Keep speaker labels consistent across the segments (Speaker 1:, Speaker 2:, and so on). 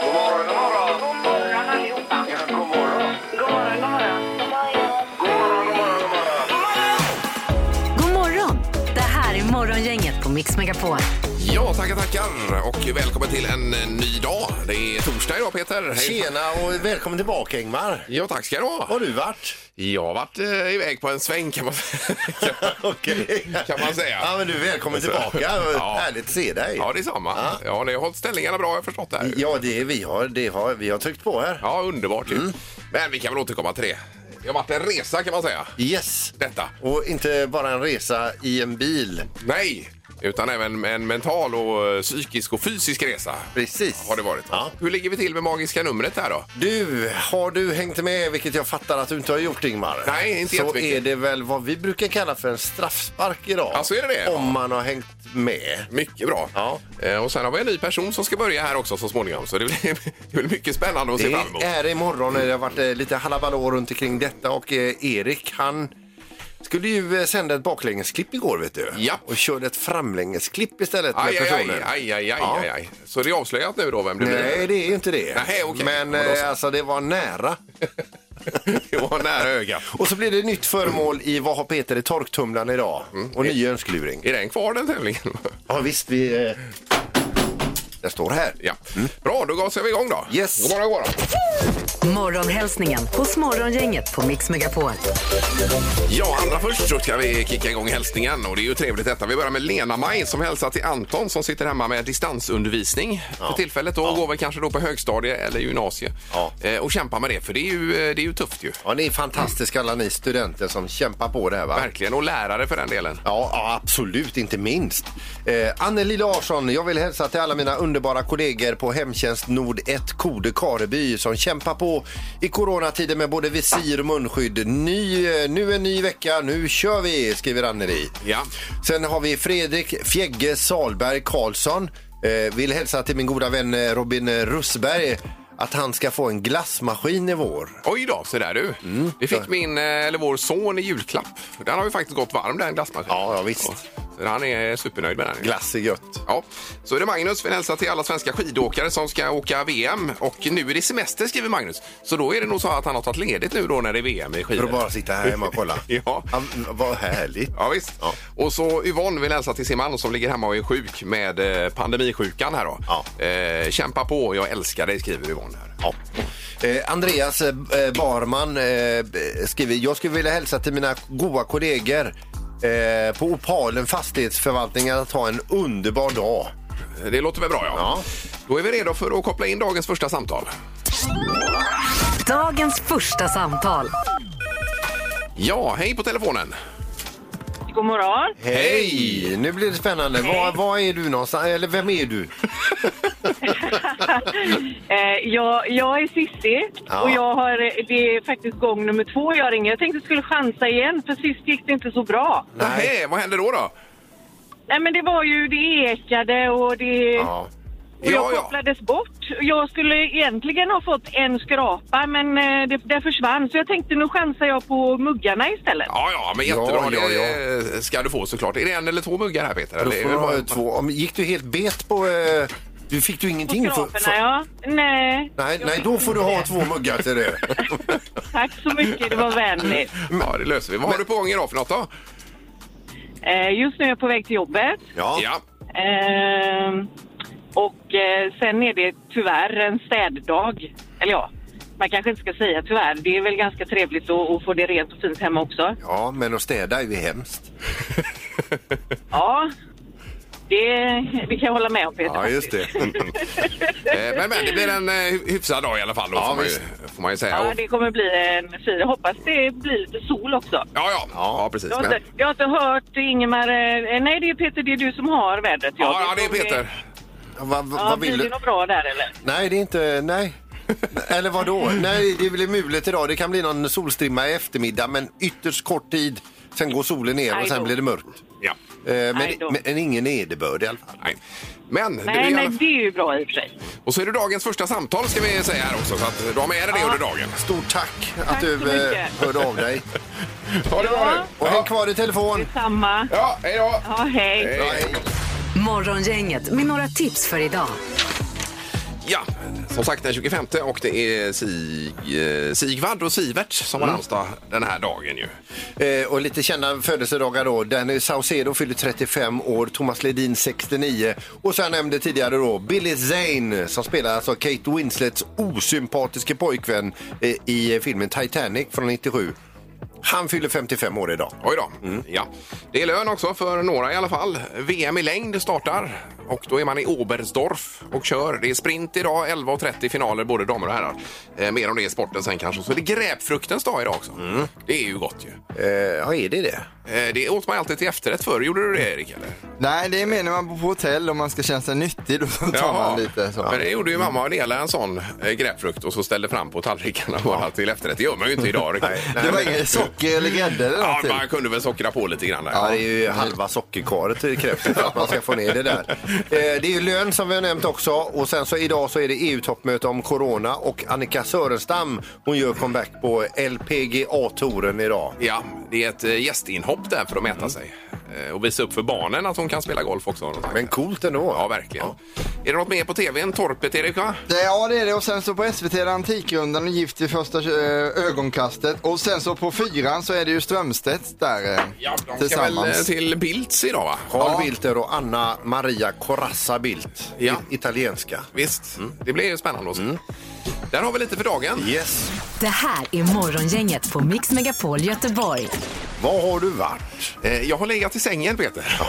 Speaker 1: God morgon, god morgon. God morgon allihopa. Ja, god morgon. God morgon, god morgon. God morgon, god morgon, god morgon.
Speaker 2: God morgon! Det här är Morgongänget på Mix Megapol.
Speaker 3: Ja, tackar, tackar. Och välkommen till en eh, ny dag. Det är torsdag idag, Peter. Hej.
Speaker 4: Tjena och välkommen tillbaka Ingmar.
Speaker 3: Ja, tack ska du
Speaker 4: Var har
Speaker 3: ha.
Speaker 4: du varit?
Speaker 3: Jag har varit eh, iväg på en sväng kan man säga.
Speaker 4: Okej.
Speaker 3: Kan man säga.
Speaker 4: Ja men du är välkommen
Speaker 3: Så.
Speaker 4: tillbaka.
Speaker 3: Ja.
Speaker 4: Härligt att se dig.
Speaker 3: ja, det är samma. Ja, ni har hållit ställningarna bra, jag har förstått det här.
Speaker 4: Ja, det är, vi, har, det har, vi har tryckt på här.
Speaker 3: Ja, underbart ju.
Speaker 4: Mm.
Speaker 3: Men vi kan väl återkomma till det. Det har varit en resa kan man säga.
Speaker 4: Yes.
Speaker 3: Detta.
Speaker 4: Och inte bara en resa i en bil.
Speaker 3: Nej, utan även en mental och eh, psykisk och fysisk resa.
Speaker 4: Precis.
Speaker 3: Har det varit.
Speaker 4: Ja.
Speaker 3: Hur ligger vi till med magiska numret här då?
Speaker 4: Du, har du hängt med, vilket jag fattar att du inte har gjort Ingmar?
Speaker 3: Nej, inte
Speaker 4: Så
Speaker 3: jättemycket.
Speaker 4: är det väl vad vi brukar kalla för en straffspark idag.
Speaker 3: Ja, så är det det.
Speaker 4: Om man har hängt med.
Speaker 3: Mycket bra.
Speaker 4: Ja.
Speaker 3: Eh, Och sen har vi en ny person som ska börja här också så småningom. Så det blir, det blir mycket spännande att se fram emot.
Speaker 4: Det är imorgon och det har varit eh, lite halabalå runt omkring detta och eh, Erik han skulle ju eh, sända ett baklängesklipp igår vet du.
Speaker 3: Ja.
Speaker 4: Och körde ett framlängesklipp istället med
Speaker 3: Aj, aj, aj,
Speaker 4: personen.
Speaker 3: aj, aj, aj,
Speaker 4: Ja.
Speaker 3: aj, aj. Så det är avslöjat nu då vem det
Speaker 4: Nej, det är ju inte det.
Speaker 3: Nej, okej.
Speaker 4: Men
Speaker 3: Ja, då så.
Speaker 4: eh, alltså det var nära.
Speaker 3: blir. Det var nära ögat.
Speaker 4: Och så blir det nytt föremål i Vad har Peter i torktumlaren idag?
Speaker 3: Mm.
Speaker 4: Och ny önskeluring.
Speaker 3: Är den kvar den tävlingen?
Speaker 4: Ja visst, vi... eh, Den står här.
Speaker 3: ja. Bra, då gasar vi igång då.
Speaker 4: Mm. Yes.
Speaker 3: God morgon, god morgon.
Speaker 2: Morgonhälsningen hos Morgongänget på Mix Megapol.
Speaker 3: Ja, allra först så ska vi kicka igång hälsningen och det är ju trevligt detta. Vi börjar med Lena-Maj som hälsar till Anton som sitter hemma med distansundervisning för tillfället då. Går väl kanske då på högstadie eller gymnasie
Speaker 4: Ja.
Speaker 3: eh, och kämpar med det för det är ju, eh, det är ju tufft ju.
Speaker 4: Ja, ni är fantastiska alla ni studenter som kämpar på det här va?
Speaker 3: Verkligen, och lärare för den delen.
Speaker 4: Ja, ja, absolut, inte minst. Eh, Anneli Larsson, jag vill hälsa till alla mina underbara kollegor på Hemtjänst Nord 1 Kode Kareby som kämpar på i coronatider med både visir och munskydd. Ny, eh, nu en ny vecka, nu kör vi, skriver Anneli.
Speaker 3: Ja.
Speaker 4: Sen har vi Fredrik Fjägge Salberg Karlsson. Eh, vill hälsa till min goda vän eh, Robin eh, Russberg att han ska få en glassmaskin i vår.
Speaker 3: Oj då, så där du.
Speaker 4: Mm.
Speaker 3: Vi fick min, eh, eller vår son i julklapp. Den har ju faktiskt gått varm den glassmaskinen.
Speaker 4: Ja, ja, visst.
Speaker 3: Så han är supernöjd med den.
Speaker 4: Glass är gött.
Speaker 3: Ja, så är det Magnus vill hälsa till alla svenska skidåkare som ska åka VM. Och nu är det semester skriver Magnus. Så då är det nog så att han har tagit ledigt nu då när det är VM i
Speaker 4: För att
Speaker 3: skidor.
Speaker 4: bara sitta här hemma och kolla.
Speaker 3: Ja.
Speaker 4: vad härligt.
Speaker 3: Ja, visst.
Speaker 4: Ja.
Speaker 3: Och så Yvonne vill hälsa till sin man som ligger hemma och är sjuk med eh, pandemisjukan här då.
Speaker 4: Ja.
Speaker 3: Eh, kämpa på, jag älskar dig skriver Yvonne här.
Speaker 4: Ja. Eh, Andreas eh, Barman eh, b- skriver, jag skulle vilja hälsa till mina goa kollegor eh, på Opalen fastighetsförvaltningen att ha en underbar dag.
Speaker 3: Det låter väl bra ja.
Speaker 4: Ja.
Speaker 3: Då är vi redo för att koppla in dagens första samtal.
Speaker 2: Dagens första samtal.
Speaker 3: Ja, hej på telefonen.
Speaker 5: God morgon.
Speaker 4: Hej! Nu blir det spännande. Var, var är du någonstans? Eller vem är du?
Speaker 5: Eh, jag, jag är Sissi
Speaker 4: Ja.
Speaker 5: och jag har, eh, det är faktiskt gång nummer två jag ringer. Jag tänkte jag skulle chansa igen för sist gick det inte så bra.
Speaker 3: Nej. vad händer då? då?
Speaker 5: Nej men det var ju, det ekade och det...
Speaker 4: Ja.
Speaker 5: Och jag kopplades bort. Jag skulle egentligen ha fått en skrapa men eh, det, det försvann så jag tänkte nu chansar jag på muggarna istället.
Speaker 3: ja, ja, men jättebra.
Speaker 4: Ja, ja,
Speaker 3: Det ska du få såklart. Är det en eller två muggar här Peter?
Speaker 4: Då
Speaker 3: Eller är
Speaker 4: får
Speaker 3: det
Speaker 4: du
Speaker 3: bara-
Speaker 4: ha två. Om- Gick du helt bet på... Eh, du fick du
Speaker 5: På
Speaker 4: ingenting? för-
Speaker 5: skraporna
Speaker 4: för-
Speaker 5: ja. Nej.
Speaker 4: Nej,
Speaker 5: Jag
Speaker 4: nej,
Speaker 5: fick
Speaker 4: då får du
Speaker 5: inte
Speaker 4: ha
Speaker 5: det.
Speaker 4: två muggar till det.
Speaker 5: Tack så mycket, det var vänligt.
Speaker 3: Ja, det löser vi. Vad har du på gång idag för något då?
Speaker 5: Eh, just nu är jag på väg till jobbet.
Speaker 4: Ja.
Speaker 3: Ja.
Speaker 5: Ehm, och eh, sen är det tyvärr en städdag. Eller ja, man kanske inte ska säga tyvärr. Det är väl ganska trevligt att, att få det rent och fint hemma också.
Speaker 4: ja, men att städa är ju hemskt.
Speaker 5: Ja, det, det kan jag hålla med om Peter.
Speaker 4: just det.
Speaker 3: Eh, Men, men det blir en eh, hy- hyfsad dag i alla fall. Då,
Speaker 4: Ja,
Speaker 3: får, man ju,
Speaker 4: visst.
Speaker 3: får man ju säga.
Speaker 5: Ja,
Speaker 3: Och-
Speaker 5: det kommer bli en fin... Jag hoppas det blir lite sol också.
Speaker 3: Ja, ja. ja, precis.
Speaker 5: Jag har,
Speaker 3: Men...
Speaker 5: inte, jag har inte hört Ingemar... eh, Nej, det är Peter, det är du som har vädret.
Speaker 3: Ja, ja, det är
Speaker 5: kommer-
Speaker 3: Peter.
Speaker 4: Vad
Speaker 5: Ja,
Speaker 4: vad
Speaker 5: blir
Speaker 4: vill
Speaker 5: det
Speaker 4: du?
Speaker 5: något bra där eller?
Speaker 4: Nej, det är inte... Nej. Eller vad då? Nej, det blir mulet idag. Det kan bli någon solstrimma i eftermiddag, men ytterst kort tid. Sen går solen ner och
Speaker 5: Aj
Speaker 4: sen
Speaker 5: då.
Speaker 4: blir det mörkt.
Speaker 3: Ja.
Speaker 4: Eh, Men,
Speaker 5: Aj då.
Speaker 4: men ingen nederbörd i alla fall.
Speaker 3: Nej. Men, det är
Speaker 5: Nej,
Speaker 3: i
Speaker 5: nej,
Speaker 3: alla...
Speaker 5: det är ju bra i och för sig.
Speaker 3: och så är det dagens första samtal ska vi säga här också. Så att du har med dig det under dagen.
Speaker 4: Stort tack att
Speaker 5: Tack så
Speaker 4: du eh,
Speaker 5: mycket.
Speaker 4: hörde av dig.
Speaker 3: Ha det bra
Speaker 5: Ja.
Speaker 3: nu.
Speaker 4: Och häng kvar i telefon.
Speaker 5: Samma.
Speaker 3: Ja, hej då.
Speaker 5: Ja, hej.
Speaker 3: Hej.
Speaker 2: Morgongänget med några tips för idag.
Speaker 3: Ja, som sagt den 25 och det är Sig, eh, Sigvard och Sivert som har namnsdag den här dagen ju.
Speaker 4: Eh, och lite kända födelsedagar då. Danny Saucedo fyller 35 år, Thomas Ledin 69 och så jag nämnde tidigare då Billy Zane som spelar alltså Kate Winslets osympatiske pojkvän eh, i filmen Titanic från 97. Han fyller 55 år idag.
Speaker 3: Oj då. Ja. Det är lön också för några i alla fall. VM i längd startar och då är man i Oberstdorf och kör. Det är sprint idag, 11.30 finaler både damer och herrar. Eh, mer om det i sporten sen kanske. Så är det gräpfruktens dag idag också. Det är ju gott ju.
Speaker 4: Eh, ja, är det det?
Speaker 3: Eh, det åt man alltid till efterrätt förr. Gjorde du det Erik? Eller?
Speaker 6: Nej, det är mer när man bor på hotell och man ska känna sig nyttig. Då tar man lite så.
Speaker 3: Men det gjorde ju mamma och delade en sån eh, gräpfrukt och så ställde fram på tallrikarna bara till efterrätt. Det gör man ju inte idag. nej,
Speaker 6: Det var inget socker eller grädde eller
Speaker 3: Ja,
Speaker 6: någonting.
Speaker 3: man kunde väl sockra på lite grann där.
Speaker 4: Ja, det är ju halva sockerkaret i kräftor för att man ska få ner det där. Eh, Det är ju lön som vi har nämnt också och sen så idag så är det EU-toppmöte om corona och Annika Sörenstam hon gör comeback på LPGA-touren idag.
Speaker 3: Ja, det är ett eh, gästinhopp där för att mäta sig. Eh, Och visa upp för barnen att hon kan spela golf också. har de sagt.
Speaker 4: Men coolt ändå.
Speaker 3: Ja, verkligen. Är det något mer på tvn? Torpet, Erik? Va?
Speaker 6: Det- Ja, det är det. Och sen så på SVT är det Antikrundan och Gift i första eh, ögonkastet. Och sen så på fyran så är det ju Strömstedt där eh,
Speaker 3: Ja, de ska väl eh,
Speaker 6: tillsammans.
Speaker 3: till Bilds idag, va?
Speaker 4: Carl Bilter och Anna Maria Corazza Bildt.
Speaker 3: Ja.
Speaker 4: I- Italienska.
Speaker 3: Visst, det blir ju spännande att se. Där har vi lite för dagen.
Speaker 4: Yes.
Speaker 2: Det här är Morgongänget på Mix Megapol Göteborg.
Speaker 4: Var har du varit?
Speaker 3: Eh, Jag har legat i sängen, Peter.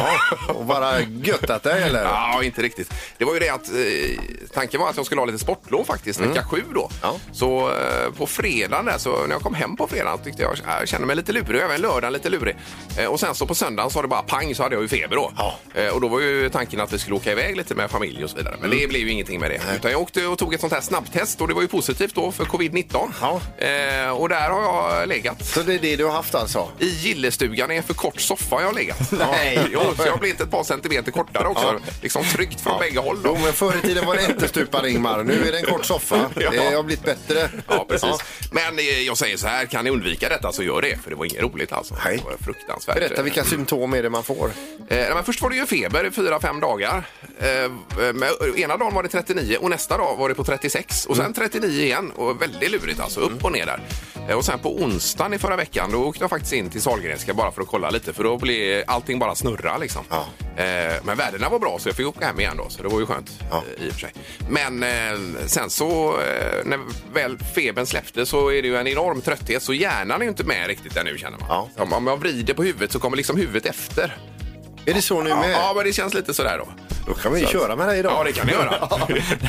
Speaker 4: Och bara göttat dig eller?
Speaker 3: Ja, inte riktigt. Det var ju det att eh, tanken var att jag skulle ha lite sportlov faktiskt vecka sju då.
Speaker 4: Mm. Ja.
Speaker 3: Så eh, på fredagen där, så när jag kom hem på fredagen tyckte jag, äh, jag kände mig lite lurig, även lördagen lite lurig. Eh, och sen så på söndagen så var det bara pang så hade jag ju feber då.
Speaker 4: Ja.
Speaker 3: Eh, och då var ju tanken att vi skulle åka iväg lite med familj och så vidare. Men det
Speaker 4: Mm.
Speaker 3: blev ju ingenting med det. Utan jag åkte och tog ett sånt här snabbtest och det var ju positivt då för covid-19.
Speaker 4: Ja.
Speaker 3: Eh, och där har jag legat.
Speaker 4: Så det är det du har haft alltså?
Speaker 3: I gillestugan i en för kort soffa har jag legat.
Speaker 6: Nej.
Speaker 3: Jo, så jag har blivit ett par centimeter kortare också. Liksom tryggt från bägge håll. Då.
Speaker 4: Jo, men förr i tiden var det ättestupa Ingmar. Nu är det en kort soffa.
Speaker 3: Ja.
Speaker 4: Det har blivit bättre.
Speaker 3: Ja, precis.
Speaker 4: Ja.
Speaker 3: Men eh, jag säger så här, kan ni undvika detta så gör det. För det var inget roligt alltså.
Speaker 4: Nej.
Speaker 3: Det var fruktansvärt.
Speaker 4: Berätta vilka symptom är det man får?
Speaker 3: Eh, nej, men först var det ju feber i fyra, fem dagar. Eh, men ena dagen var det 39 och nästa dag var det på 36 och
Speaker 4: Mm.
Speaker 3: sen 39 igen. Och väldigt lurigt alltså, upp och ner där. Eh, och sen på onsdagen i förra veckan då åkte jag faktiskt in till Sahlgrenska bara för att kolla lite för då blev allting bara snurra liksom.
Speaker 4: Ja.
Speaker 3: Eh, men värdena var bra så jag fick åka hem igen då så det var ju skönt
Speaker 4: Ja.
Speaker 3: eh, i och för sig. Men eh, sen så eh, när väl febern släppte så är det ju en enorm trötthet så hjärnan är ju inte med riktigt ännu känner man.
Speaker 4: Ja.
Speaker 3: Så Om om jag vrider på huvudet så kommer liksom huvudet efter.
Speaker 4: Är det så nu
Speaker 3: Ja,
Speaker 4: med?
Speaker 3: ja, men det känns lite sådär då.
Speaker 4: Då kan vi ju köra med dig idag.
Speaker 3: Ja, det kan ni göra.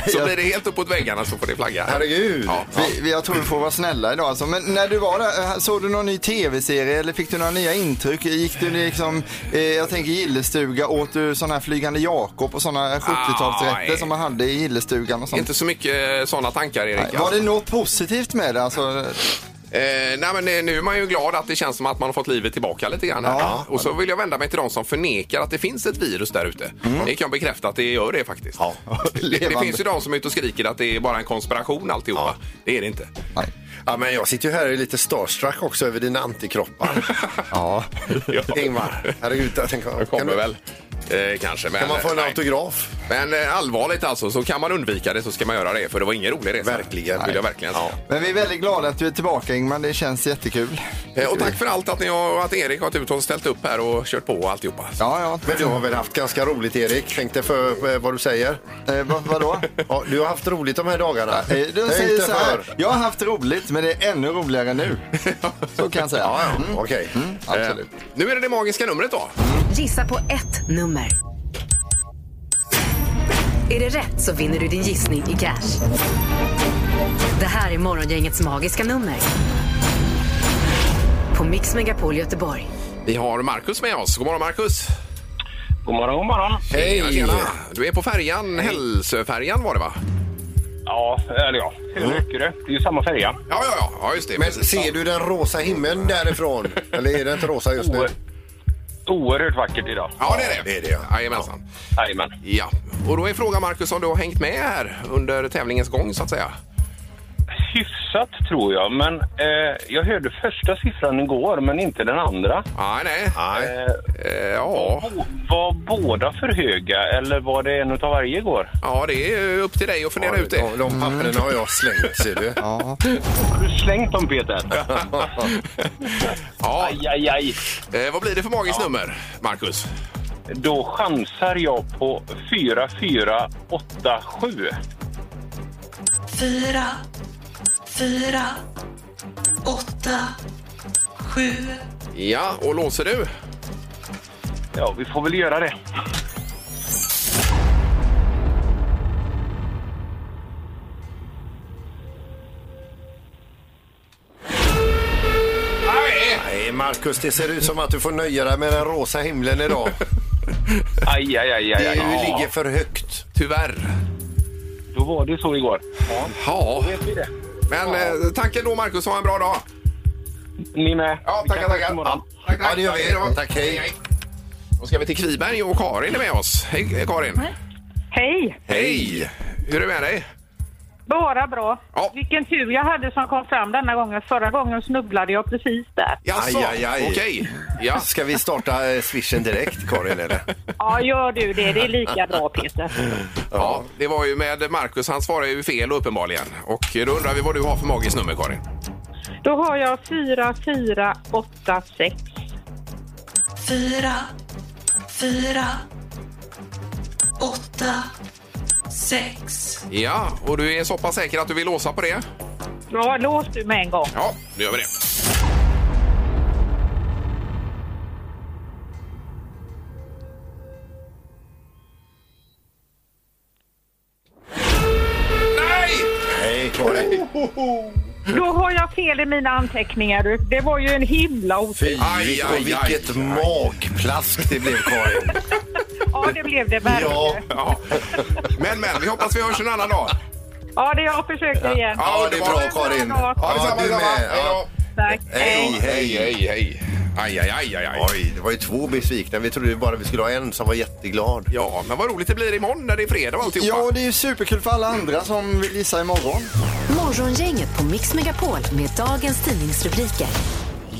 Speaker 3: så blir det helt uppåt väggarna så får det flagga.
Speaker 4: Herregud.
Speaker 3: Ja.
Speaker 6: Vi, vi, jag tror vi får vara snälla idag alltså. Men när du var där, eh, såg du någon ny tv-serie eller fick du några nya intryck? Gick du liksom, eh, jag tänker gillestuga, åt du sådana här Flygande Jakob och sådana 70-talsrätter
Speaker 3: Nej.
Speaker 6: som man hade i gillestugan och sånt?
Speaker 3: Inte så mycket sådana tankar, Erik.
Speaker 6: Nej, Var det något positivt med det? Alltså,
Speaker 3: Eh, nej, men eh, nu är man ju glad att det känns som att man har fått livet tillbaka lite grann. här.
Speaker 6: Ja.
Speaker 3: Och så vill jag vända mig till de som förnekar att det finns ett virus där ute. Det kan jag bekräfta att det gör det faktiskt.
Speaker 4: Mm. Ja.
Speaker 3: Det, det
Speaker 6: Levande.
Speaker 3: finns ju de som är ute och skriker att det är bara en konspiration alltihopa. Det är det inte.
Speaker 6: Nej.
Speaker 4: Ja, men jag sitter ju här och är lite starstruck också över dina antikroppar.
Speaker 6: Ja.
Speaker 4: Ingmar, herregud. Jag tänker,
Speaker 3: Det kommer
Speaker 4: kan, du-
Speaker 3: väl. Eh, kanske. Men,
Speaker 4: kan man få en
Speaker 3: nej.
Speaker 4: autograf?
Speaker 3: Men eh, allvarligt alltså, så kan man undvika det så ska man göra det. För det var ingen rolig resa.
Speaker 4: Verkligen.
Speaker 3: Vill jag verkligen säga.
Speaker 6: Men vi är väldigt glada att du är tillbaka Ingmar, det känns jättekul.
Speaker 3: Eh, Och tack för allt att ni har, att Erik har tutat och ställt upp här och kört på och alltihopa.
Speaker 6: Ja, ja.
Speaker 4: Men du har väl haft ganska roligt, Erik? Tänk dig för eh, vad du säger.
Speaker 6: Eh, vad, vadå?
Speaker 4: Ja, du har haft roligt de här dagarna.
Speaker 6: Eh, Du
Speaker 4: Tänk
Speaker 6: säger
Speaker 4: dig
Speaker 6: så
Speaker 4: för.
Speaker 6: här, jag har haft roligt men det är ännu roligare nu. Så kan jag säga. Mm.
Speaker 4: Ja, ja. Okej.
Speaker 6: Absolut.
Speaker 3: Eh, Nu är det det magiska numret då.
Speaker 2: Gissa på ett nummer. Är det rätt så vinner du din gissning i cash. Det här är Morgongängets magiska nummer. På Mix Megapol Göteborg.
Speaker 3: Vi har Markus med oss. God morgon Markus!
Speaker 1: God morgon, god morgon.
Speaker 3: Hej! Tjena. Du är på färjan, Hälsöfärjan var det va?
Speaker 1: Ja, eller ja, hur mycket det? Det är ju samma färja.
Speaker 3: Ja, ja, ja, ja just det.
Speaker 4: Men
Speaker 3: Precis.
Speaker 4: ser du den rosa himlen därifrån? Eller är den inte rosa just nu?
Speaker 1: Oer- Oerhört vackert idag.
Speaker 3: Ja, det är det.
Speaker 4: det är det, ja.
Speaker 3: Jajamensan.
Speaker 1: Jajamän.
Speaker 3: Ja, och då är frågan Markus om du har hängt med här under tävlingens gång så att säga.
Speaker 7: hyfsat tror jag, men eh, jag hörde första siffran igår men inte den andra.
Speaker 3: Nej, nej.
Speaker 4: Nej.
Speaker 3: Eh, ja.
Speaker 7: Bo- Var båda för höga eller var det en utav varje igår?
Speaker 3: ja, det är upp till dig att fundera ut det. Mm.
Speaker 4: De, de papperna har jag slängt, ser du.
Speaker 6: Ja.
Speaker 7: Har du slängt dem Peter?
Speaker 3: Ja,
Speaker 7: Aj, aj, aj.
Speaker 3: eh, vad blir det för magiskt nummer, Marcus?
Speaker 7: Då chansar jag på 4487.
Speaker 8: Fyra, fyra, åtta, sju.
Speaker 3: Ja, och låser du?
Speaker 7: Ja, vi får väl göra det.
Speaker 4: Nej, Marcus, det ser ut som att du får nöja dig med den rosa himlen idag.
Speaker 7: Aj, aj, aj, aj,
Speaker 4: Det
Speaker 7: aj.
Speaker 4: ju
Speaker 7: Ja,
Speaker 4: ligger för högt.
Speaker 3: Tyvärr.
Speaker 7: då var det så igår. Ja,
Speaker 3: Ja,
Speaker 7: vet vi det.
Speaker 3: men eh, tacken då Marcus, ha en bra dag.
Speaker 7: Ni med.
Speaker 3: Ja,
Speaker 7: Vi
Speaker 3: tackar,
Speaker 7: kanske
Speaker 3: tackar.
Speaker 7: imorgon.
Speaker 3: Ja, tack,
Speaker 4: Ja, det gör vi.
Speaker 3: då.
Speaker 4: Tack, hej.
Speaker 3: Då ska vi till Kviberg och Karin är med oss. Hej eh, Karin!
Speaker 5: Hej!
Speaker 3: Hej! Hur är det med dig?
Speaker 5: Bara bra.
Speaker 3: Ja.
Speaker 5: Vilken tur jag hade som kom fram denna gången. Förra gången snubblade jag precis där.
Speaker 3: Jaså,
Speaker 4: Aj, aj, aj.
Speaker 3: Okej. Ja.
Speaker 4: Ska vi starta eh, swishen direkt, Karin? Eller?
Speaker 5: Ja, gör du det. Det är lika bra, Peter.
Speaker 3: ja, det var ju med Marcus. Han svarade ju fel uppenbarligen. Och då undrar vi vad du har för magiskt nummer Karin.
Speaker 5: Då har jag 4486.
Speaker 8: Fyra, fyra, åtta, sex.
Speaker 3: Ja, och du är så pass säker att du vill låsa på det?
Speaker 5: Ja, lås du med en gång.
Speaker 3: Ja, nu gör vi det. Nej!
Speaker 4: Nej, Karin.
Speaker 5: Då har jag fel i mina anteckningar. du. Det var ju en himla otur.
Speaker 4: Fy,
Speaker 3: Aj,
Speaker 4: och
Speaker 3: aj,
Speaker 4: vilket
Speaker 3: aj.
Speaker 4: magplask det blev, Karin.
Speaker 5: Ja, det blev det
Speaker 4: Ja,
Speaker 5: verkligen.
Speaker 3: Ja. Men, men, vi hoppas vi hörs en annan dag. Eh,
Speaker 5: Ja, det jag försöker igen.
Speaker 4: ja, det är bra,
Speaker 5: Ha en
Speaker 4: Karin.
Speaker 5: bra dag.
Speaker 4: Ja,
Speaker 3: detsamma,
Speaker 4: du
Speaker 3: detsamma.
Speaker 4: med.
Speaker 3: Hej då.
Speaker 4: Ja.
Speaker 5: Tack.
Speaker 4: Hej,
Speaker 3: Hej,
Speaker 4: hej.
Speaker 3: hej, hej. Aj, aj, aj, aj, aj.
Speaker 4: Oj, det var ju två besvikna. Vi trodde ju bara vi skulle ha en som var jätteglad.
Speaker 3: Ja, men vad roligt det blir imorgon när det är fredag och alltihopa.
Speaker 6: ja, det är ju superkul för alla andra som vill gissa imorgon.
Speaker 2: Morgongänget på Mix Megapol med dagens tidningsrubriker.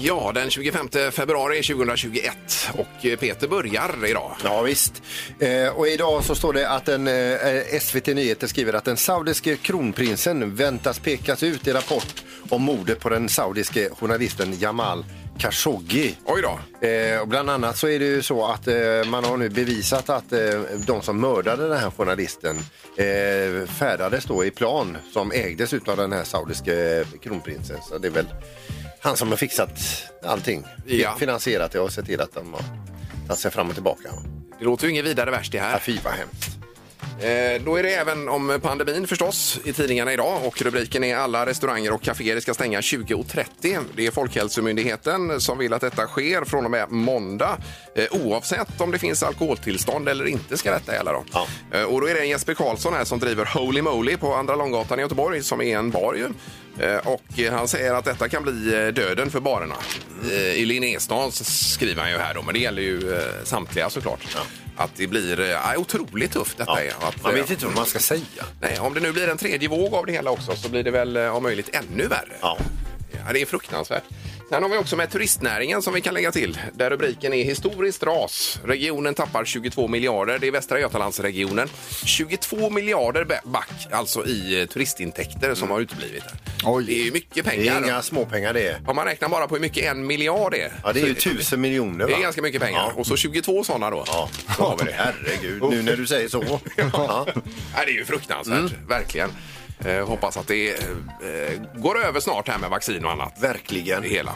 Speaker 3: ja, den 25 februari 2021 och eh, Peter börjar idag.
Speaker 4: Ja visst. Eh, och idag så står det att en, eh, SVT Nyheter skriver att den saudiske kronprinsen väntas pekas ut i rapport om mordet på den saudiske journalisten Jamal Khashoggi.
Speaker 3: Oj då.
Speaker 4: Eh, och bland annat så är det ju så att eh, man har nu bevisat att eh, de som mördade den här journalisten eh, färdades då i plan som ägdes utav den här saudiske eh, kronprinsen. Så det är väl han som har fixat allting.
Speaker 3: Ja.
Speaker 4: Finansierat det och sett till att de har tagit sig fram och tillbaka.
Speaker 3: Det låter ju inget vidare värst det
Speaker 4: Ja,
Speaker 3: här.
Speaker 4: fy vad hemskt.
Speaker 3: Eh, då är det även om pandemin förstås i tidningarna idag och rubriken är alla restauranger och kaféer ska stänga 20.30. Det är Folkhälsomyndigheten som vill att detta sker från och med måndag. Eh, oavsett om det finns alkoholtillstånd eller inte ska detta gälla då.
Speaker 4: Ja.
Speaker 3: Eh, och då är det Jesper Karlsson här som driver Holy Moly på Andra Långgatan i Göteborg som är en bar ju. Eh, Och eh, han säger att detta kan bli eh, döden för barerna. Eh, I Linnéstan s- skriver han ju här då, men det gäller ju eh, samtliga såklart. Att det blir eh, otroligt tufft detta är. och Att,
Speaker 4: Man
Speaker 3: eh,
Speaker 4: vet inte vad man ska säga.
Speaker 3: Nej, om det nu blir en tredje våg av det hela också så blir det väl eh, om möjligt ännu värre.
Speaker 4: Ja.
Speaker 3: Ja, det är fruktansvärt. Sen har vi också med turistnäringen som vi kan lägga till. Där rubriken är historiskt ras. Regionen tappar 22 miljarder. Det är Västra Götalandsregionen. 22 miljarder ba- back alltså i eh, turistintäkter som har uteblivit. här.
Speaker 6: Oj.
Speaker 3: Det är ju mycket
Speaker 4: Mm. Det
Speaker 3: pengar.
Speaker 4: är inga småpengar det är.
Speaker 3: Om man räknar bara på hur mycket en miljard är.
Speaker 4: Ja, det är ju
Speaker 3: så-
Speaker 4: tusen miljoner. Va?
Speaker 3: Det är ganska mycket pengar.
Speaker 4: Ja.
Speaker 3: Och så 22 sådana då.
Speaker 4: Ja.
Speaker 3: Så har vi det.
Speaker 4: Herregud, nu när du säger så. Ja.
Speaker 3: Nej, det är ju fruktansvärt, verkligen. Eh, hoppas att det eh, går över snart här med vaccin och annat.
Speaker 4: Verkligen.
Speaker 3: Det hela.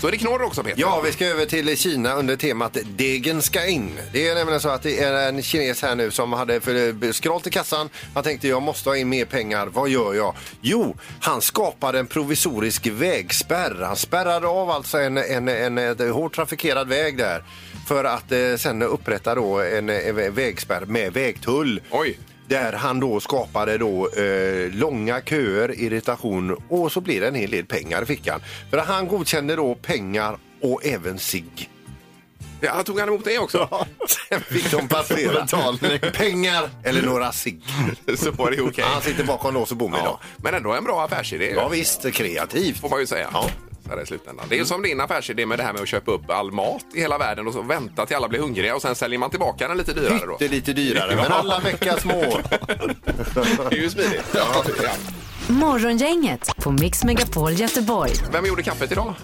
Speaker 3: Så är det knorr också Peter.
Speaker 4: Ja, vi ska över till Kina under temat degen ska in. Det är nämligen så att det är en kines här nu som hade för- skralt i kassan. Han tänkte jag måste ha in mer pengar. Vad gör jag? Jo, han skapade en provisorisk vägspärr. Han spärrade av alltså en, en, en, en hårt trafikerad väg där för att eh, sen upprätta då en, en vägspärr med vägtull.
Speaker 3: Oj.
Speaker 4: Där han då skapade då, eh, långa köer, irritation och så blir det en hel del pengar i fickan. För han godkände då pengar och även sig.
Speaker 3: Ja, tog han emot det också?
Speaker 4: Sen fick de passera.
Speaker 6: Betalning.
Speaker 4: Pengar eller några cigg.
Speaker 3: Så var det okej.
Speaker 4: Han sitter bakom lås och bom idag.
Speaker 3: Ja. Men ändå en bra affärsidé.
Speaker 4: Ja visst, kreativt.
Speaker 3: får man ju säga.
Speaker 4: Ja.
Speaker 3: Så här i slutändan. Det är ju som din affärsidé med det här med att köpa upp all mat i hela världen och så vänta till alla blir hungriga och sen säljer man tillbaka den lite dyrare då.
Speaker 4: Det är lite dyrare, men alla veckor små.
Speaker 3: Det är ju smidigt. Ja.
Speaker 2: Morgongänget på Mix Megapol Göteborg.
Speaker 3: Vem gjorde kaffet idag?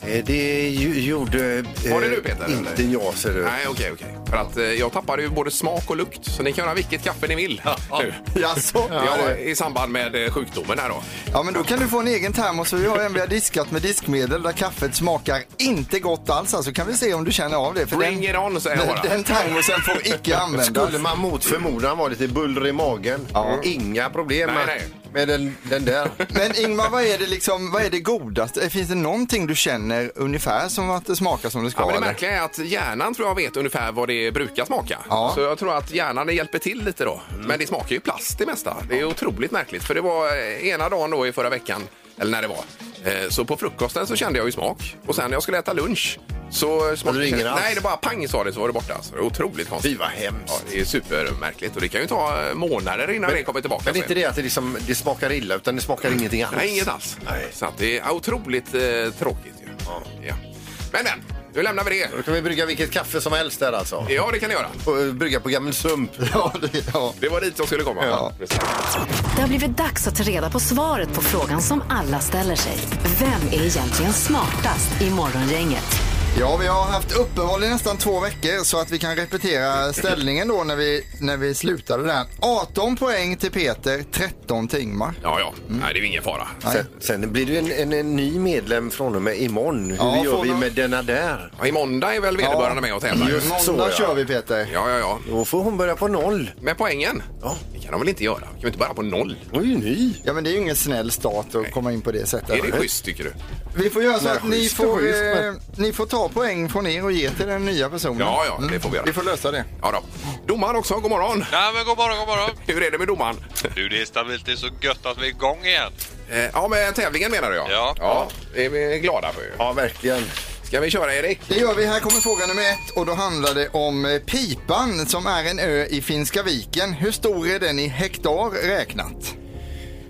Speaker 4: Eh, Det ju- gjorde... eh,
Speaker 3: Var det du, Peter,
Speaker 4: Inte
Speaker 3: eller?
Speaker 4: jag ser du.
Speaker 3: Nej, okej, okej. För att eh, jag tappade ju både smak och lukt så ni kan göra vilket kaffe ni vill nu.
Speaker 6: Jaså?
Speaker 3: Ja, I samband med eh, sjukdomen här då.
Speaker 6: Ja, men då kan du få en egen termos. Vi har en vi har diskat med diskmedel där kaffet smakar inte gott alls. Alltså kan vi se om du känner av det. För
Speaker 3: Bring
Speaker 6: den,
Speaker 3: it on, säger jag bara.
Speaker 6: den termosen får icke användas.
Speaker 4: Skulle man mot förmodan vara lite buller i magen, inga problem
Speaker 3: Nej,
Speaker 4: med,
Speaker 3: nej.
Speaker 4: med den, den där.
Speaker 6: Men Ingmar, vad är det, liksom, vad är det godaste? Finns det någonting du känner ungefär som att det smakar som det ska?
Speaker 3: Ja, men det
Speaker 6: eller?
Speaker 3: märkliga är att hjärnan tror jag vet ungefär vad det brukar smaka.
Speaker 6: Ja.
Speaker 3: Så jag tror att hjärnan hjälper till lite då.
Speaker 4: Mm.
Speaker 3: Men det smakar ju plast det mesta. Det är otroligt märkligt. För det var eh, ena dagen då i förra veckan, eller när det var, eh, så på frukosten så kände jag ju smak. Och sen när jag skulle äta lunch så smakade
Speaker 4: det ingen alls?
Speaker 3: Nej, det bara pang sa det så var det borta. Så det är otroligt konstigt.
Speaker 4: Fy, vad
Speaker 3: Ja,
Speaker 4: hemskt.
Speaker 3: det är supermärkligt och det kan ju ta eh, månader innan det kommer tillbaka.
Speaker 4: Men det är inte
Speaker 3: sen.
Speaker 4: det att det, liksom, det smakar illa, utan det smakar ingenting alls.
Speaker 3: Nej, inget alls.
Speaker 4: Nej.
Speaker 3: Så att det är otroligt eh, tråkigt ju. Ja. Men, men, nu lämnar vi det.
Speaker 4: Då kan vi brygga vilket kaffe som helst där alltså.
Speaker 3: Ja, det kan ni göra.
Speaker 4: Och, eh, Brygga på gammal sump.
Speaker 6: Ja, det, ja.
Speaker 3: Det var dit jag skulle komma.
Speaker 6: Ja.
Speaker 2: Det har blivit dags att ta reda på svaret på frågan som alla ställer sig. Vem är egentligen smartast i Morgongänget?
Speaker 6: ja, vi har haft uppehåll i nästan två veckor så att vi kan repetera ställningen då när vi, när vi slutade där. 18 poäng till Peter, 13 till Ingmar.
Speaker 3: Ja, ja. Nej, det är ju ingen fara.
Speaker 4: Sen, sen blir du en, en, en ny medlem från och med imorgon. Hur
Speaker 6: Ja,
Speaker 4: gör
Speaker 6: från
Speaker 4: vi
Speaker 6: och-
Speaker 4: med denna där?
Speaker 3: Ja, I måndag är väl vederbörande
Speaker 6: Ja.
Speaker 3: med och tävlar?
Speaker 4: Just så,
Speaker 6: Måndag
Speaker 4: ja.
Speaker 6: kör vi Peter.
Speaker 3: Ja, ja, ja.
Speaker 4: Då får hon börja på noll.
Speaker 3: Med poängen?
Speaker 4: Ja.
Speaker 3: Det kan de väl inte göra? Kan vi inte börja på noll?
Speaker 4: Hon är ju ny.
Speaker 6: Ja, men det är ju ingen snäll start att komma in på det sättet.
Speaker 3: Är det schysst, tycker du?
Speaker 6: Vi får göra så
Speaker 4: Nej,
Speaker 6: att ni
Speaker 4: schysst,
Speaker 6: får,
Speaker 4: schysst,
Speaker 6: eh, ni får ta poäng från er och ge till den nya personen. Mm.
Speaker 3: Ja, ja, det får vi göra.
Speaker 6: Vi får lösa det.
Speaker 3: Ja då. Domaren också, god morgon.
Speaker 9: Ja, men god morgon, god morgon.
Speaker 3: Hur är det med domaren?
Speaker 9: Du, det är stabilt. Det är så gött att vi är igång igen.
Speaker 3: Eh, Ja, med tävlingen menar du ja.
Speaker 9: Ja.
Speaker 3: ja. Det är vi glada för ju.
Speaker 4: Ja, verkligen.
Speaker 3: Ska vi köra Erik?
Speaker 6: Det gör vi. Här kommer fråga nummer ett och då handlar det om eh, Pipan som är en ö i Finska viken. Hur stor är den i hektar räknat?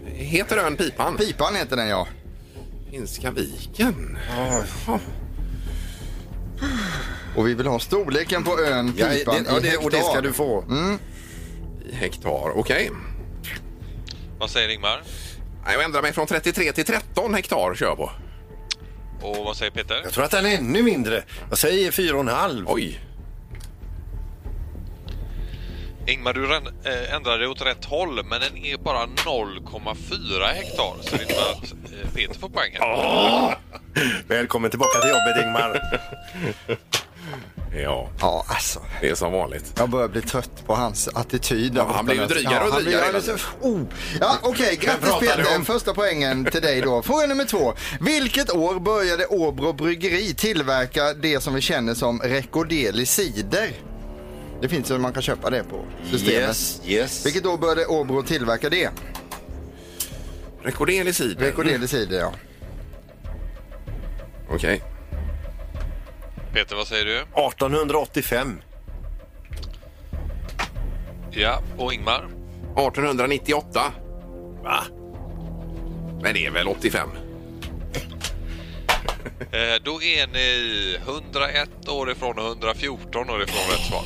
Speaker 3: Heter ön Pipan?
Speaker 6: Pipan heter den ja.
Speaker 3: Finska viken. Ja.
Speaker 6: Och vi vill ha storleken på ön
Speaker 4: Ja,
Speaker 6: Pipan
Speaker 4: det, ja,
Speaker 6: i
Speaker 4: det,
Speaker 6: Typ hektar.
Speaker 4: och det ska du få.
Speaker 3: I hektar, okej.
Speaker 9: Vad säger Ingmar?
Speaker 3: Nej, Jag ändrar mig från 33 till 13 hektar kör jag på.
Speaker 9: Och vad säger Peter?
Speaker 4: Jag tror att den är ännu mindre. Jag säger fyra och en halv.
Speaker 3: Oj!
Speaker 9: Ingmar, du rän- eh, ändrade åt rätt håll, men den är bara 0,4 hektar. Så det innebär att eh, Peter får poängen.
Speaker 4: Välkommen tillbaka till jobbet, Ingmar.
Speaker 3: Ja,
Speaker 6: Ja, alltså.
Speaker 3: det är som vanligt.
Speaker 6: Jag börjar bli trött på hans attityd. där
Speaker 3: Ja, han blir ju
Speaker 6: borta.
Speaker 3: drygare och
Speaker 6: han blir
Speaker 3: drygare alltså.
Speaker 6: alldeles-
Speaker 3: hela
Speaker 6: oh. Ja, Okej, grattis
Speaker 4: pratar du
Speaker 6: Peter.
Speaker 4: om?
Speaker 6: Första poängen till dig då. Fråga nummer två. Vilket år började Åbro Bryggeri tillverka det som vi känner som Recordeli cider? Det finns ju man kan köpa det på systemet.
Speaker 4: Yes, yes.
Speaker 6: Vilket år började Åbro tillverka det?
Speaker 3: Rekordel i cider.
Speaker 6: Recordeli cider ja.
Speaker 3: Okej.
Speaker 9: Peter, vad säger du?
Speaker 4: 1885.
Speaker 9: Ja, och Ingmar?
Speaker 3: 1898.
Speaker 4: Va?
Speaker 3: Men det är väl 85?
Speaker 9: Eh, då är ni 101 år ifrån och 114 år ifrån rätt svar.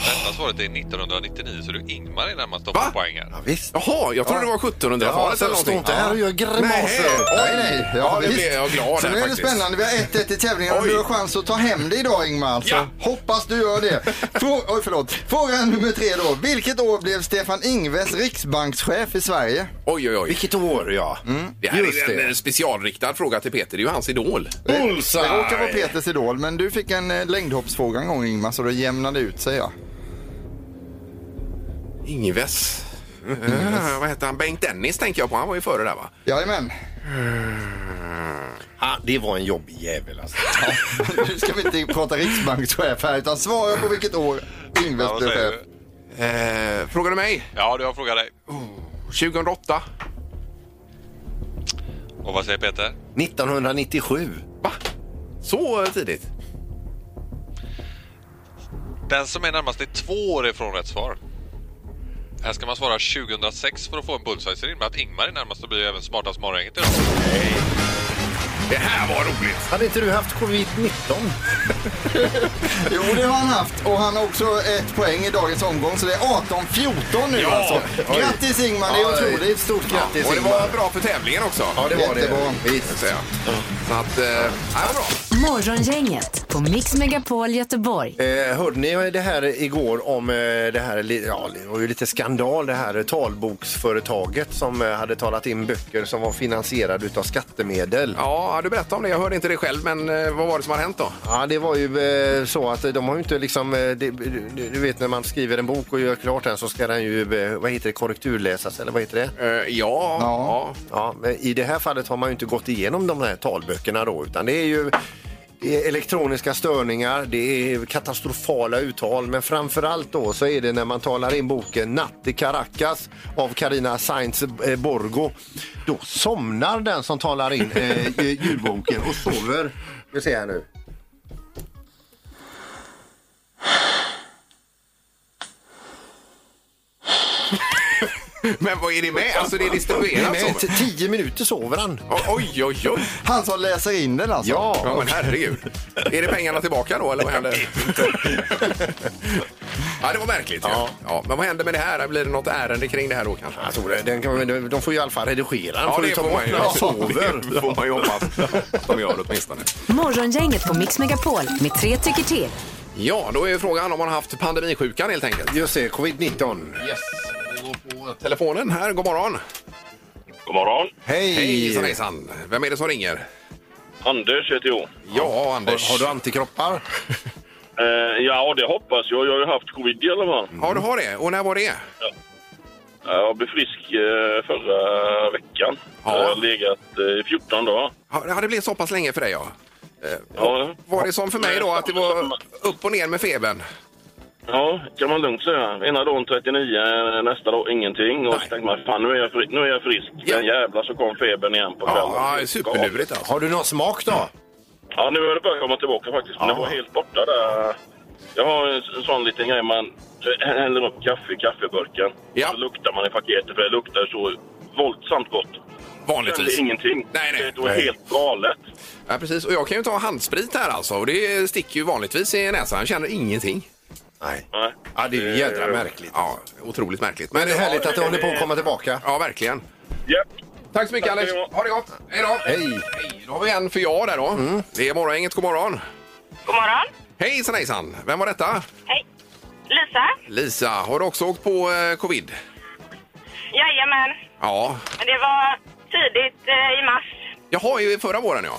Speaker 9: Rätta svaret är 1999, så du Ingmar är närmast upp
Speaker 3: Va?
Speaker 9: på poängen.
Speaker 4: Ja, visst.
Speaker 3: Jaha, jag trodde det var 1700-talet
Speaker 4: Ja,
Speaker 3: eller
Speaker 4: stå
Speaker 3: någonting.
Speaker 4: inte här och gör grimaser.
Speaker 3: Nej,
Speaker 6: Nej, nej. Ja,
Speaker 3: Ja, nu
Speaker 6: visst.
Speaker 3: blev jag glad
Speaker 6: Så
Speaker 3: här
Speaker 6: nu är det
Speaker 3: faktiskt.
Speaker 6: spännande. Vi har 1-1 i tävlingen och
Speaker 3: Oj.
Speaker 6: du har chans att ta hem det idag Ingmar. Så
Speaker 3: Ja.
Speaker 6: hoppas du gör det. Frå- Oj, förlåt. Fråga nummer tre då. Vilket år blev Stefan Ingves riksbankschef i Sverige?
Speaker 3: Oj, oj, oj.
Speaker 4: Vilket år, ja.
Speaker 3: Det här
Speaker 4: Just
Speaker 3: är en
Speaker 4: det.
Speaker 3: eh, specialriktad fråga till Peter. Det är ju hans idol.
Speaker 4: Bullseye!
Speaker 6: Det råkar vara Peters idol, men du fick en eh, längdhoppsfråga en gång Ingmar, så det jämnade ut sig ja.
Speaker 3: Ingves. Eh, vad heter han? Bengt Dennis tänker jag på. Han var ju före där va?
Speaker 6: Jajamän.
Speaker 4: Ah, det var en jobbig jävel alltså.
Speaker 6: Nu ska vi inte prata riksbankschef här, utan svara på vilket år Ingves
Speaker 9: Ja, vad
Speaker 6: blev
Speaker 9: säger
Speaker 6: chef.
Speaker 9: du?
Speaker 3: Eh, frågar du mig?
Speaker 9: Ja, du har frågat dig.
Speaker 3: 2008?
Speaker 9: Och vad säger Peter?
Speaker 4: 1997.
Speaker 3: Va? Så eh, tidigt?
Speaker 9: Den som är närmast är två år ifrån rätt svar. Här ska man svara 2006 för att få en bullseye. Så det innebär att Ingmar är närmast och blir även smartast morgongänget idag.
Speaker 3: Det här var roligt!
Speaker 4: Hade inte du haft covid-19?
Speaker 6: Jo, det har han haft. Och han har också ett poäng i dagens omgång, så det är 18-14 nu
Speaker 3: Ja!
Speaker 6: alltså.
Speaker 3: Oj.
Speaker 6: Grattis Ingmar, det är
Speaker 4: Ja,
Speaker 6: otroligt. Stort grattis
Speaker 3: Och det var
Speaker 6: Ingmar.
Speaker 3: bra för tävlingen också.
Speaker 4: Ja, det var
Speaker 6: Jättebra.
Speaker 4: det. Visst.
Speaker 3: Så ja. Så att, eh, ja, vad bra.
Speaker 2: Morgongänget på Mix Megapol Göteborg.
Speaker 4: Eh, hörde ni det här igår om eh, det här, li- ja det var ju lite skandal det här talboksföretaget som eh, hade talat in böcker som var finansierade utav skattemedel. Ja.
Speaker 3: Ja, du berättade om det. Jag hörde inte det själv, men eh, vad var det som har hänt då?
Speaker 4: det var ju eh, så att de har ju inte liksom, eh, det, du du vet när man skriver en bok och gör klart den så ska den ju, eh, vad heter det, korrekturläsas eller vad heter det?
Speaker 3: Eh, ja, ja.
Speaker 4: Ja, men i det här fallet har man ju inte gått igenom de här talböckerna då utan det är ju det är elektroniska störningar, det är katastrofala uttal men framförallt då så är det när man talar in boken Natt i Caracas av Carina Sainz eh, Borgo. Då somnar den som talar in eh, eh, ljudboken och sover. Vi ser här nu.
Speaker 3: Men vad är det med? Alltså det
Speaker 4: Det
Speaker 3: är
Speaker 4: är
Speaker 3: distribuerat
Speaker 4: med
Speaker 3: så?
Speaker 4: till tio minuter sover han.
Speaker 3: O- Oj, oj, oj!
Speaker 6: Han som läser in den alltså?
Speaker 3: Ja, men herregud. Är det pengarna tillbaka då, eller vad händer? ja, det var märkligt. Ja. Ja, men vad händer med det här? Blir det något ärende kring det här då kanske?
Speaker 4: Jag tror det. Den kan, de- de får ju i alla fall redigera. De
Speaker 3: Ja,
Speaker 4: får ju
Speaker 3: det
Speaker 4: ta
Speaker 3: får
Speaker 4: bort
Speaker 3: man ju.
Speaker 4: när han sover.
Speaker 3: Det får man ju hoppas att de gör det åtminstone.
Speaker 2: Morgongänget på Mix Megapol med tre tycker till.
Speaker 3: Ja, då är ju frågan om man har haft pandemisjukan helt enkelt.
Speaker 4: Just det, covid-19.
Speaker 3: Yes. Vi går på telefonen här. God morgon.
Speaker 7: God morgon.
Speaker 6: Hej!
Speaker 3: Hejsan, hejsan. Vem är det som ringer?
Speaker 7: Anders heter jag.
Speaker 3: Ja, Anders.
Speaker 4: Har du antikroppar?
Speaker 7: Eh, ja, det hoppas jag. Jag har ju haft covid i alla fall.
Speaker 3: Ja, du har det. Och när var det?
Speaker 7: Jag blev frisk eh, förra veckan.
Speaker 3: Ja.
Speaker 7: Jag har legat eh, i 14 dagar.
Speaker 3: Ja, det hade blivit så pass länge för dig, ja. Eh,
Speaker 7: Ja,
Speaker 3: Var det som för mig då, att det var upp och ner med febern?
Speaker 7: ja kan man lugnt säga. Ena dagen 39, nästa dag ingenting. Och
Speaker 3: Nej.
Speaker 7: så tänkte man, fan nu är jag, fri- nu är jag frisk.
Speaker 3: Ja.
Speaker 7: Men jävlar så kom febern igen på kvällen.
Speaker 3: Ja, ja, superlurigt alltså.
Speaker 4: Har du någon smak då?
Speaker 7: Ja, nu har det börjat komma tillbaka faktiskt. Men det var helt borta där. Jag har en s- en sån liten grej man häller upp kaffe i kaffeburken.
Speaker 3: Ja.
Speaker 7: Så luktar man i paketet för det luktar så våldsamt gott.
Speaker 3: Vanligtvis.
Speaker 7: Kände ingenting.
Speaker 3: Nej, nej.
Speaker 7: Det var
Speaker 3: Nej.
Speaker 7: helt galet.
Speaker 3: Ja, precis. Och jag kan ju ta handsprit här alltså. Och det sticker ju vanligtvis i näsan. Jag känner ingenting.
Speaker 4: Nej.
Speaker 7: Nej.
Speaker 4: Ja, det är ju jädra märkligt.
Speaker 3: Ja, otroligt märkligt.
Speaker 4: Men det är härligt att det håller på att komma tillbaka.
Speaker 3: Ja, verkligen.
Speaker 7: Japp.
Speaker 3: Tack så mycket
Speaker 7: Tack
Speaker 3: Anders.
Speaker 7: ska ni ha.
Speaker 3: Ha det gott. Hej då.
Speaker 4: Hej. Mm.
Speaker 3: Hej. Då har vi en för ja där då. Det är morgongänget. God morgon.
Speaker 5: God morgon.
Speaker 3: Hejsan hejsan. Vem var detta?
Speaker 5: Hej. Lisa?
Speaker 3: Lisa. Har du också åkt på eh, covid?
Speaker 5: Jajamän.
Speaker 3: Ja.
Speaker 5: Men det var tidigt eh, i mars.
Speaker 3: Jaha, i förra våren ja.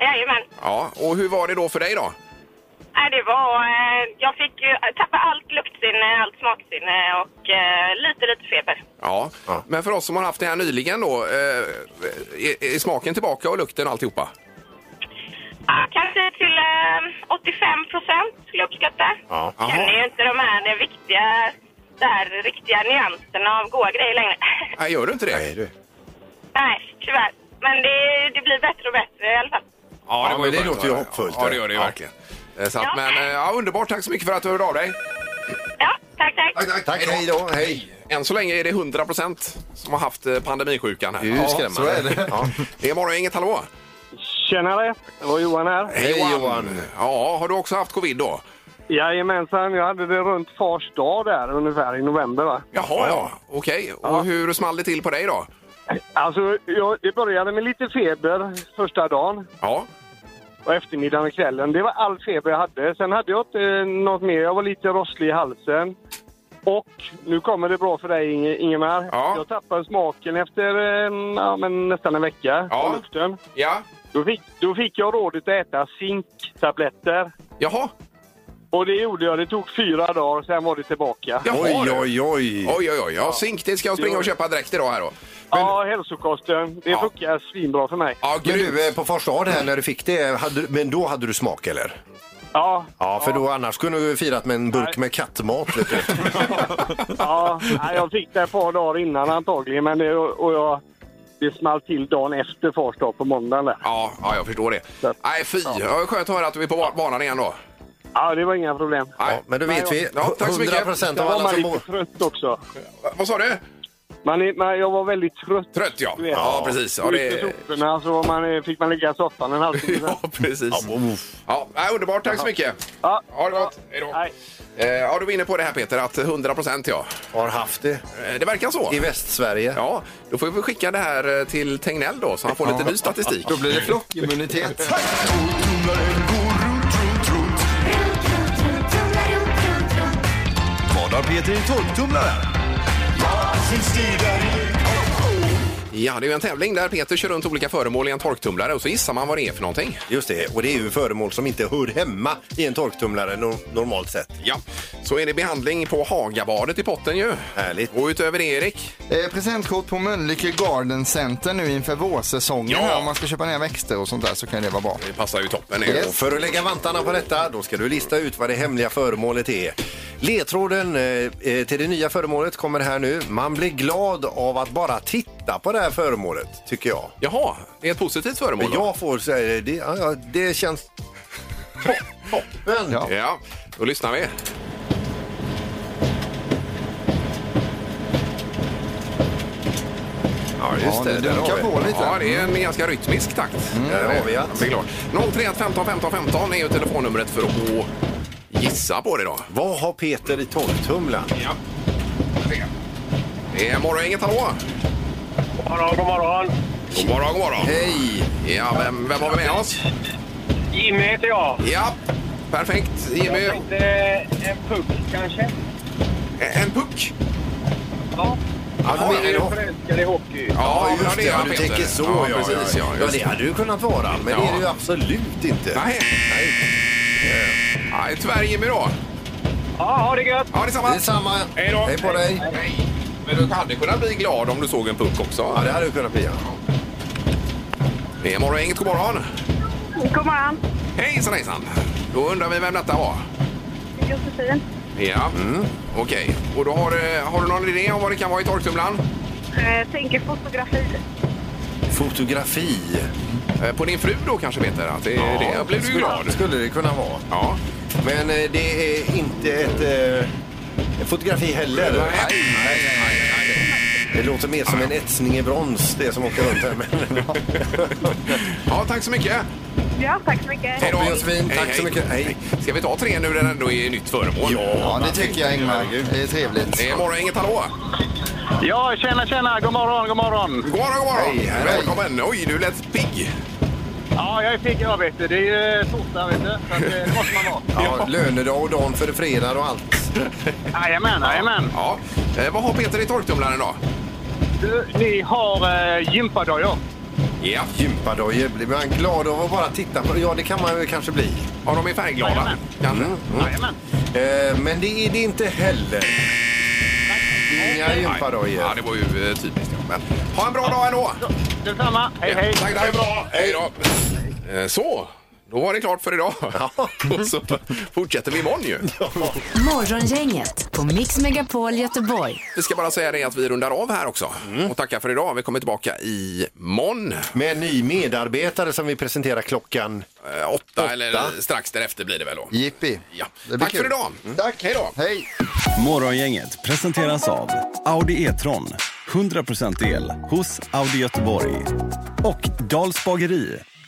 Speaker 5: Jajamän.
Speaker 3: Ja, och hur var det då för dig då?
Speaker 5: Nej, det var... Eh, jag fick ju tappa allt luktsinne, allt smaksinne och eh, lite, lite feber.
Speaker 3: Ja.
Speaker 4: Ja.
Speaker 3: men för oss som har haft det här nyligen då, eh, är, är smaken tillbaka och lukten och alltihopa?
Speaker 5: Ja, kanske till eh, 85 procent skulle jag uppskatta.
Speaker 4: Ja.
Speaker 5: Jag känner ju inte de här de viktiga, de här riktiga nyanserna av goda grejer längre.
Speaker 3: Nej, gör du inte det?
Speaker 4: Nej, du.
Speaker 5: Nej, tyvärr. Men det, det blir bättre och bättre i alla fall.
Speaker 4: Ja,
Speaker 3: Ja,
Speaker 4: men
Speaker 3: var ju
Speaker 4: det
Speaker 3: skönt,
Speaker 4: låter ju
Speaker 3: va?
Speaker 4: hoppfullt,
Speaker 3: Ja,
Speaker 4: det.
Speaker 3: det gör det ju
Speaker 4: Ja.
Speaker 3: verkligen. Eh, Så att,
Speaker 5: Ja.
Speaker 3: Men eh, ja, underbart. Tack så mycket för att du hörde av dig.
Speaker 5: Ja, tack, tack.
Speaker 4: Tack, hej då. Hej.
Speaker 3: Än så länge är det 100 som har haft eh, pandemisjukan här.
Speaker 4: Det är ju
Speaker 3: Ja,
Speaker 4: skrämmande.
Speaker 3: så är det. Ja. Det är morgon, inget hallå?
Speaker 7: Tjenare, det var Johan här.
Speaker 4: Hej Johan.
Speaker 3: Ja, har du också haft covid då?
Speaker 7: Jajamensan, jag hade det runt fars dag där ungefär i november va.
Speaker 3: Jaha, ja. Okej. Och hur small det till på dig då?
Speaker 7: Alltså, jag, det började med lite feber första dagen
Speaker 3: Ja.
Speaker 7: och eftermiddagen och kvällen. Det var all feber jag hade. Sen hade jag inte eh, något mer. Jag var lite rosslig i halsen. Och nu kommer det bra för dig, Inge- Ingemar.
Speaker 3: Ja.
Speaker 7: Jag tappade smaken efter eh, ja, men nästan en vecka
Speaker 3: Ja.
Speaker 7: på luften.
Speaker 3: Ja.
Speaker 7: Då fick, då fick jag rådet att äta zinktabletter.
Speaker 3: Jaha.
Speaker 7: Och det gjorde jag. Det tog fyra dagar, sen var det tillbaka.
Speaker 3: Jaha
Speaker 4: Oj,
Speaker 3: du.
Speaker 4: oj, oj.
Speaker 3: Oj, oj, oj. Ja, zink, det ska jag springa och köpa direkt idag här då. Men, ja.
Speaker 7: Ja, hälsokosten. Det
Speaker 3: Ja.
Speaker 7: funkar svinbra för mig.
Speaker 3: Ja,
Speaker 4: Men
Speaker 3: grymt.
Speaker 4: du, eh, på första dagen här när du fick det, hade, du- men då hade du smak eller?
Speaker 7: Ja,
Speaker 4: Ja, för då annars kunde du firat med en burk med kattmat. Vet du.
Speaker 7: ja. Nej, jag fick det ett par dagar innan antagligen. Men det, och jag, det small till dagen efter fars dag på måndagen där.
Speaker 3: Ja, ja, jag förstår det.
Speaker 7: Så att-
Speaker 3: Nej, fy. Ja. Skönt att höra att du är på ba- banan igen då.
Speaker 7: Ja, det var inga problem.
Speaker 4: Ja, men då vet vi.
Speaker 3: Ja, tack så mycket.
Speaker 4: 100 procent
Speaker 7: Sen
Speaker 4: av
Speaker 7: var
Speaker 4: alla
Speaker 7: man
Speaker 4: som bor...
Speaker 7: lite trött också.
Speaker 3: Va- Vad sa du?
Speaker 7: Man, är- man, jag var väldigt trött.
Speaker 3: Trött ja.
Speaker 7: Du vet.
Speaker 3: Ja, precis. Ja,
Speaker 7: Och
Speaker 3: det...
Speaker 7: Lyfte soporna så man, eh, fick man ligga i soffan en halvtimme.
Speaker 3: ja precis. Ja, nej, underbart. Tack så mycket.
Speaker 7: Ja.
Speaker 3: Ha det gott. Hej då.
Speaker 7: Nej.
Speaker 3: Eh, Ja, du var inne på det här Peter, att 100 procent ja.
Speaker 4: Har haft det
Speaker 3: Eh, Det verkar så.
Speaker 4: i Västsverige.
Speaker 3: Ja, då får vi skicka det här eh, till Tegnell då, så han får lite ny statistik.
Speaker 6: Då blir det flockimmunitet.
Speaker 10: Vad har Peter i tolvtumlaren?
Speaker 3: Ja, det är ju en tävling där Peter kör runt olika föremål i en torktumlare och så gissar man vad det är för någonting.
Speaker 4: Just det, och det är ju föremål som inte hör hemma i en torktumlare no- normalt sett.
Speaker 3: Ja, så är det behandling på Hagabadet i potten ju.
Speaker 4: Härligt.
Speaker 3: Och utöver det, Erik.
Speaker 6: Eh, presentkort på Mölnlycke Garden Center nu inför vårsäsongen.
Speaker 3: Ja.
Speaker 6: Här. Om man ska köpa ner växter och sånt där så kan det vara bra.
Speaker 3: Det passar ju toppen.
Speaker 6: Yes.
Speaker 4: Och för att lägga vantarna på detta, då ska du lista ut vad det hemliga föremålet är. Ledtråden eh, eh, till det nya föremålet kommer här nu. Man blir glad av att bara titta på det här föremålet, tycker jag.
Speaker 3: Jaha, det är ett positivt föremål
Speaker 4: Men
Speaker 3: då?
Speaker 4: jag får säga det, ja, ja, det känns toppen.
Speaker 6: Ja.
Speaker 3: Ja, då lyssnar vi.
Speaker 4: Ja, just
Speaker 6: Ja,
Speaker 4: det.
Speaker 6: det
Speaker 4: Där har
Speaker 6: dunkar
Speaker 4: vi.
Speaker 6: på lite.
Speaker 3: Ja, det är en ganska rytmisk takt. Mm.
Speaker 4: Där har vi, ja.
Speaker 3: Det är klart. 031 15 15 15 är ju telefonnumret för att gissa på det då.
Speaker 4: Vad har Peter i torktumlaren?
Speaker 3: Ja. Det är morgongänget, hallå!
Speaker 7: God morgon, god morgon.
Speaker 3: God morgon, god morgon!
Speaker 4: Hej!
Speaker 3: Ja, vem, vem har vi med oss?
Speaker 7: Jimmy heter jag.
Speaker 3: Ja, perfekt. Jimmy,
Speaker 7: en puck kanske?
Speaker 3: Eh, en puck.
Speaker 7: Ja.
Speaker 4: Ja, men-
Speaker 7: förälskad i hockey.
Speaker 3: Ja, bra
Speaker 4: just det. Ja, du
Speaker 3: Peter.
Speaker 4: tänker så.
Speaker 3: Ja,
Speaker 4: Ja,
Speaker 3: precis.
Speaker 4: ja,
Speaker 3: Ja,
Speaker 4: ja,
Speaker 3: just
Speaker 4: det
Speaker 3: det.
Speaker 4: hade ju kunnat vara, men det är det ju absolut inte.
Speaker 3: Nej, nej. Nej, tyvärr Jimmy då.
Speaker 7: Ja, ha det gött!
Speaker 3: Ja, detsamma.
Speaker 4: Det är samma.
Speaker 3: Hej då.
Speaker 4: Hej på dig.
Speaker 3: Nej. Men du hade kunnat bli glad om du såg en puck också.
Speaker 4: Ja, det hade du kunnat bli. ja.
Speaker 3: Det är morgongänget, god morgon.
Speaker 5: God morgon.
Speaker 3: Hejsan hejsan. Då undrar vi vem detta var.
Speaker 5: Josefin.
Speaker 3: Ja, mm. okej. Och då har, eh, har du någon idé om vad det kan vara i torktumlaren?
Speaker 5: eh, tänker fotografi.
Speaker 4: Fotografi.
Speaker 3: Eh, På din fru då kanske Peter? Att det, ja, det blev du ju
Speaker 4: skulle,
Speaker 3: glad.
Speaker 4: skulle det kunna vara.
Speaker 3: Ja.
Speaker 4: Men eh, det är inte ett eh, fotografi heller.
Speaker 3: nej, nej, nej.
Speaker 4: Det låter mer som en etsning i brons, det som åker runt här. Men,
Speaker 3: Ja, tack så mycket.
Speaker 5: Ja, tack så mycket.
Speaker 3: Hej då.
Speaker 4: Toppen, Josefin. Tack så mycket. Hej.
Speaker 3: Ska vi ta tre nu när det ändå är nytt föremål?
Speaker 6: Ja, det tycker jag Ingmar. Det är trevligt.
Speaker 3: Det är morgongänget, hallå!
Speaker 7: Ja, tjena, tjena! God morgon, god morgon!
Speaker 3: God morgon, god morgon!
Speaker 4: Hej, hej.
Speaker 3: Välkommen! Oj, du lät pigg.
Speaker 7: Ja, jag är pigg jag vet du. Det är ju torsdag vet du. Så att, eh, det måste man vara.
Speaker 4: ja, lönedag och dagen för fredag och allt.
Speaker 7: Jajamän, jajamän.
Speaker 3: Ja. Eh, vad har Peter i torktumlaren då?
Speaker 7: Du, ni har eh, gympadojor.
Speaker 3: Ja.
Speaker 4: Gympadojor blir man glad av att bara titta på. Ja, det kan man ju kanske bli. Mm,
Speaker 3: Har de är färgglada?
Speaker 7: Jajamän.
Speaker 3: Kanske?
Speaker 7: Jajamän.
Speaker 4: Eh, men det är det inte heller. Inga
Speaker 3: Nej. Ja,
Speaker 4: gympadojor.
Speaker 3: det var ju eh, typiskt. Ja. Men, ha en bra dag ändå!
Speaker 7: Detsamma. Hej, hej.
Speaker 3: Tack, tack. Bra. Hej då! Eh, Så, då var det klart för idag. Och så fortsätter vi imorgon ju.
Speaker 2: Morgongänget på Mix Megapol Göteborg.
Speaker 3: Vi ska bara säga det att vi rundar av här också och tackar för idag. Vi kommer tillbaka i eh, morgon
Speaker 4: Med en ny medarbetare som vi presenterar klockan.
Speaker 3: eh, åtta, eller strax därefter blir det väl då.
Speaker 6: Jippi.
Speaker 3: Ja.
Speaker 6: Det blir
Speaker 3: Tack för
Speaker 6: kul.
Speaker 3: idag.
Speaker 6: Tack.
Speaker 3: Hej då.
Speaker 6: Hej.
Speaker 10: Morgongänget presenteras av Audi E-tron. 100% el hos Audi Göteborg. Och Dals bageri.